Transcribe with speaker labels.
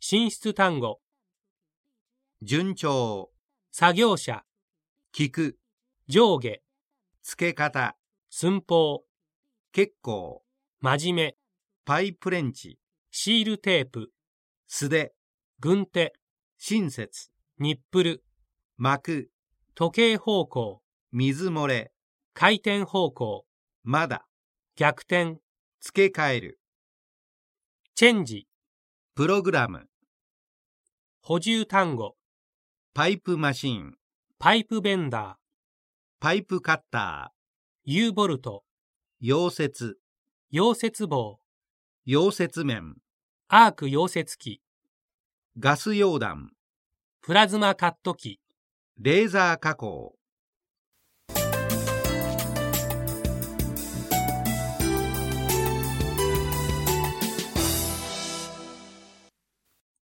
Speaker 1: 進出単語、
Speaker 2: 順調、
Speaker 1: 作業者、
Speaker 2: 聞く、
Speaker 1: 上下、
Speaker 2: 付け方、
Speaker 1: 寸法、
Speaker 2: 結構、
Speaker 1: 真面目、
Speaker 2: パイプレンチ、
Speaker 1: シールテープ、
Speaker 2: 素手、
Speaker 1: 軍手、
Speaker 2: 親切、
Speaker 1: ニップル、
Speaker 2: 膜、
Speaker 1: 時計方向、
Speaker 2: 水漏れ、
Speaker 1: 回転方向、
Speaker 2: まだ、
Speaker 1: 逆転、
Speaker 2: 付け替える、
Speaker 1: チェンジ、
Speaker 2: プログラム、
Speaker 1: 補充単語、
Speaker 2: パイプマシン、
Speaker 1: パイプベンダ
Speaker 2: パイプカッタ
Speaker 1: ー、U ボルト、
Speaker 2: ー、溶接、
Speaker 1: 溶接棒、
Speaker 2: 溶接面、
Speaker 1: アーク溶接機、
Speaker 2: ガス溶断、
Speaker 1: プラズマカット機。
Speaker 2: レーザー加工。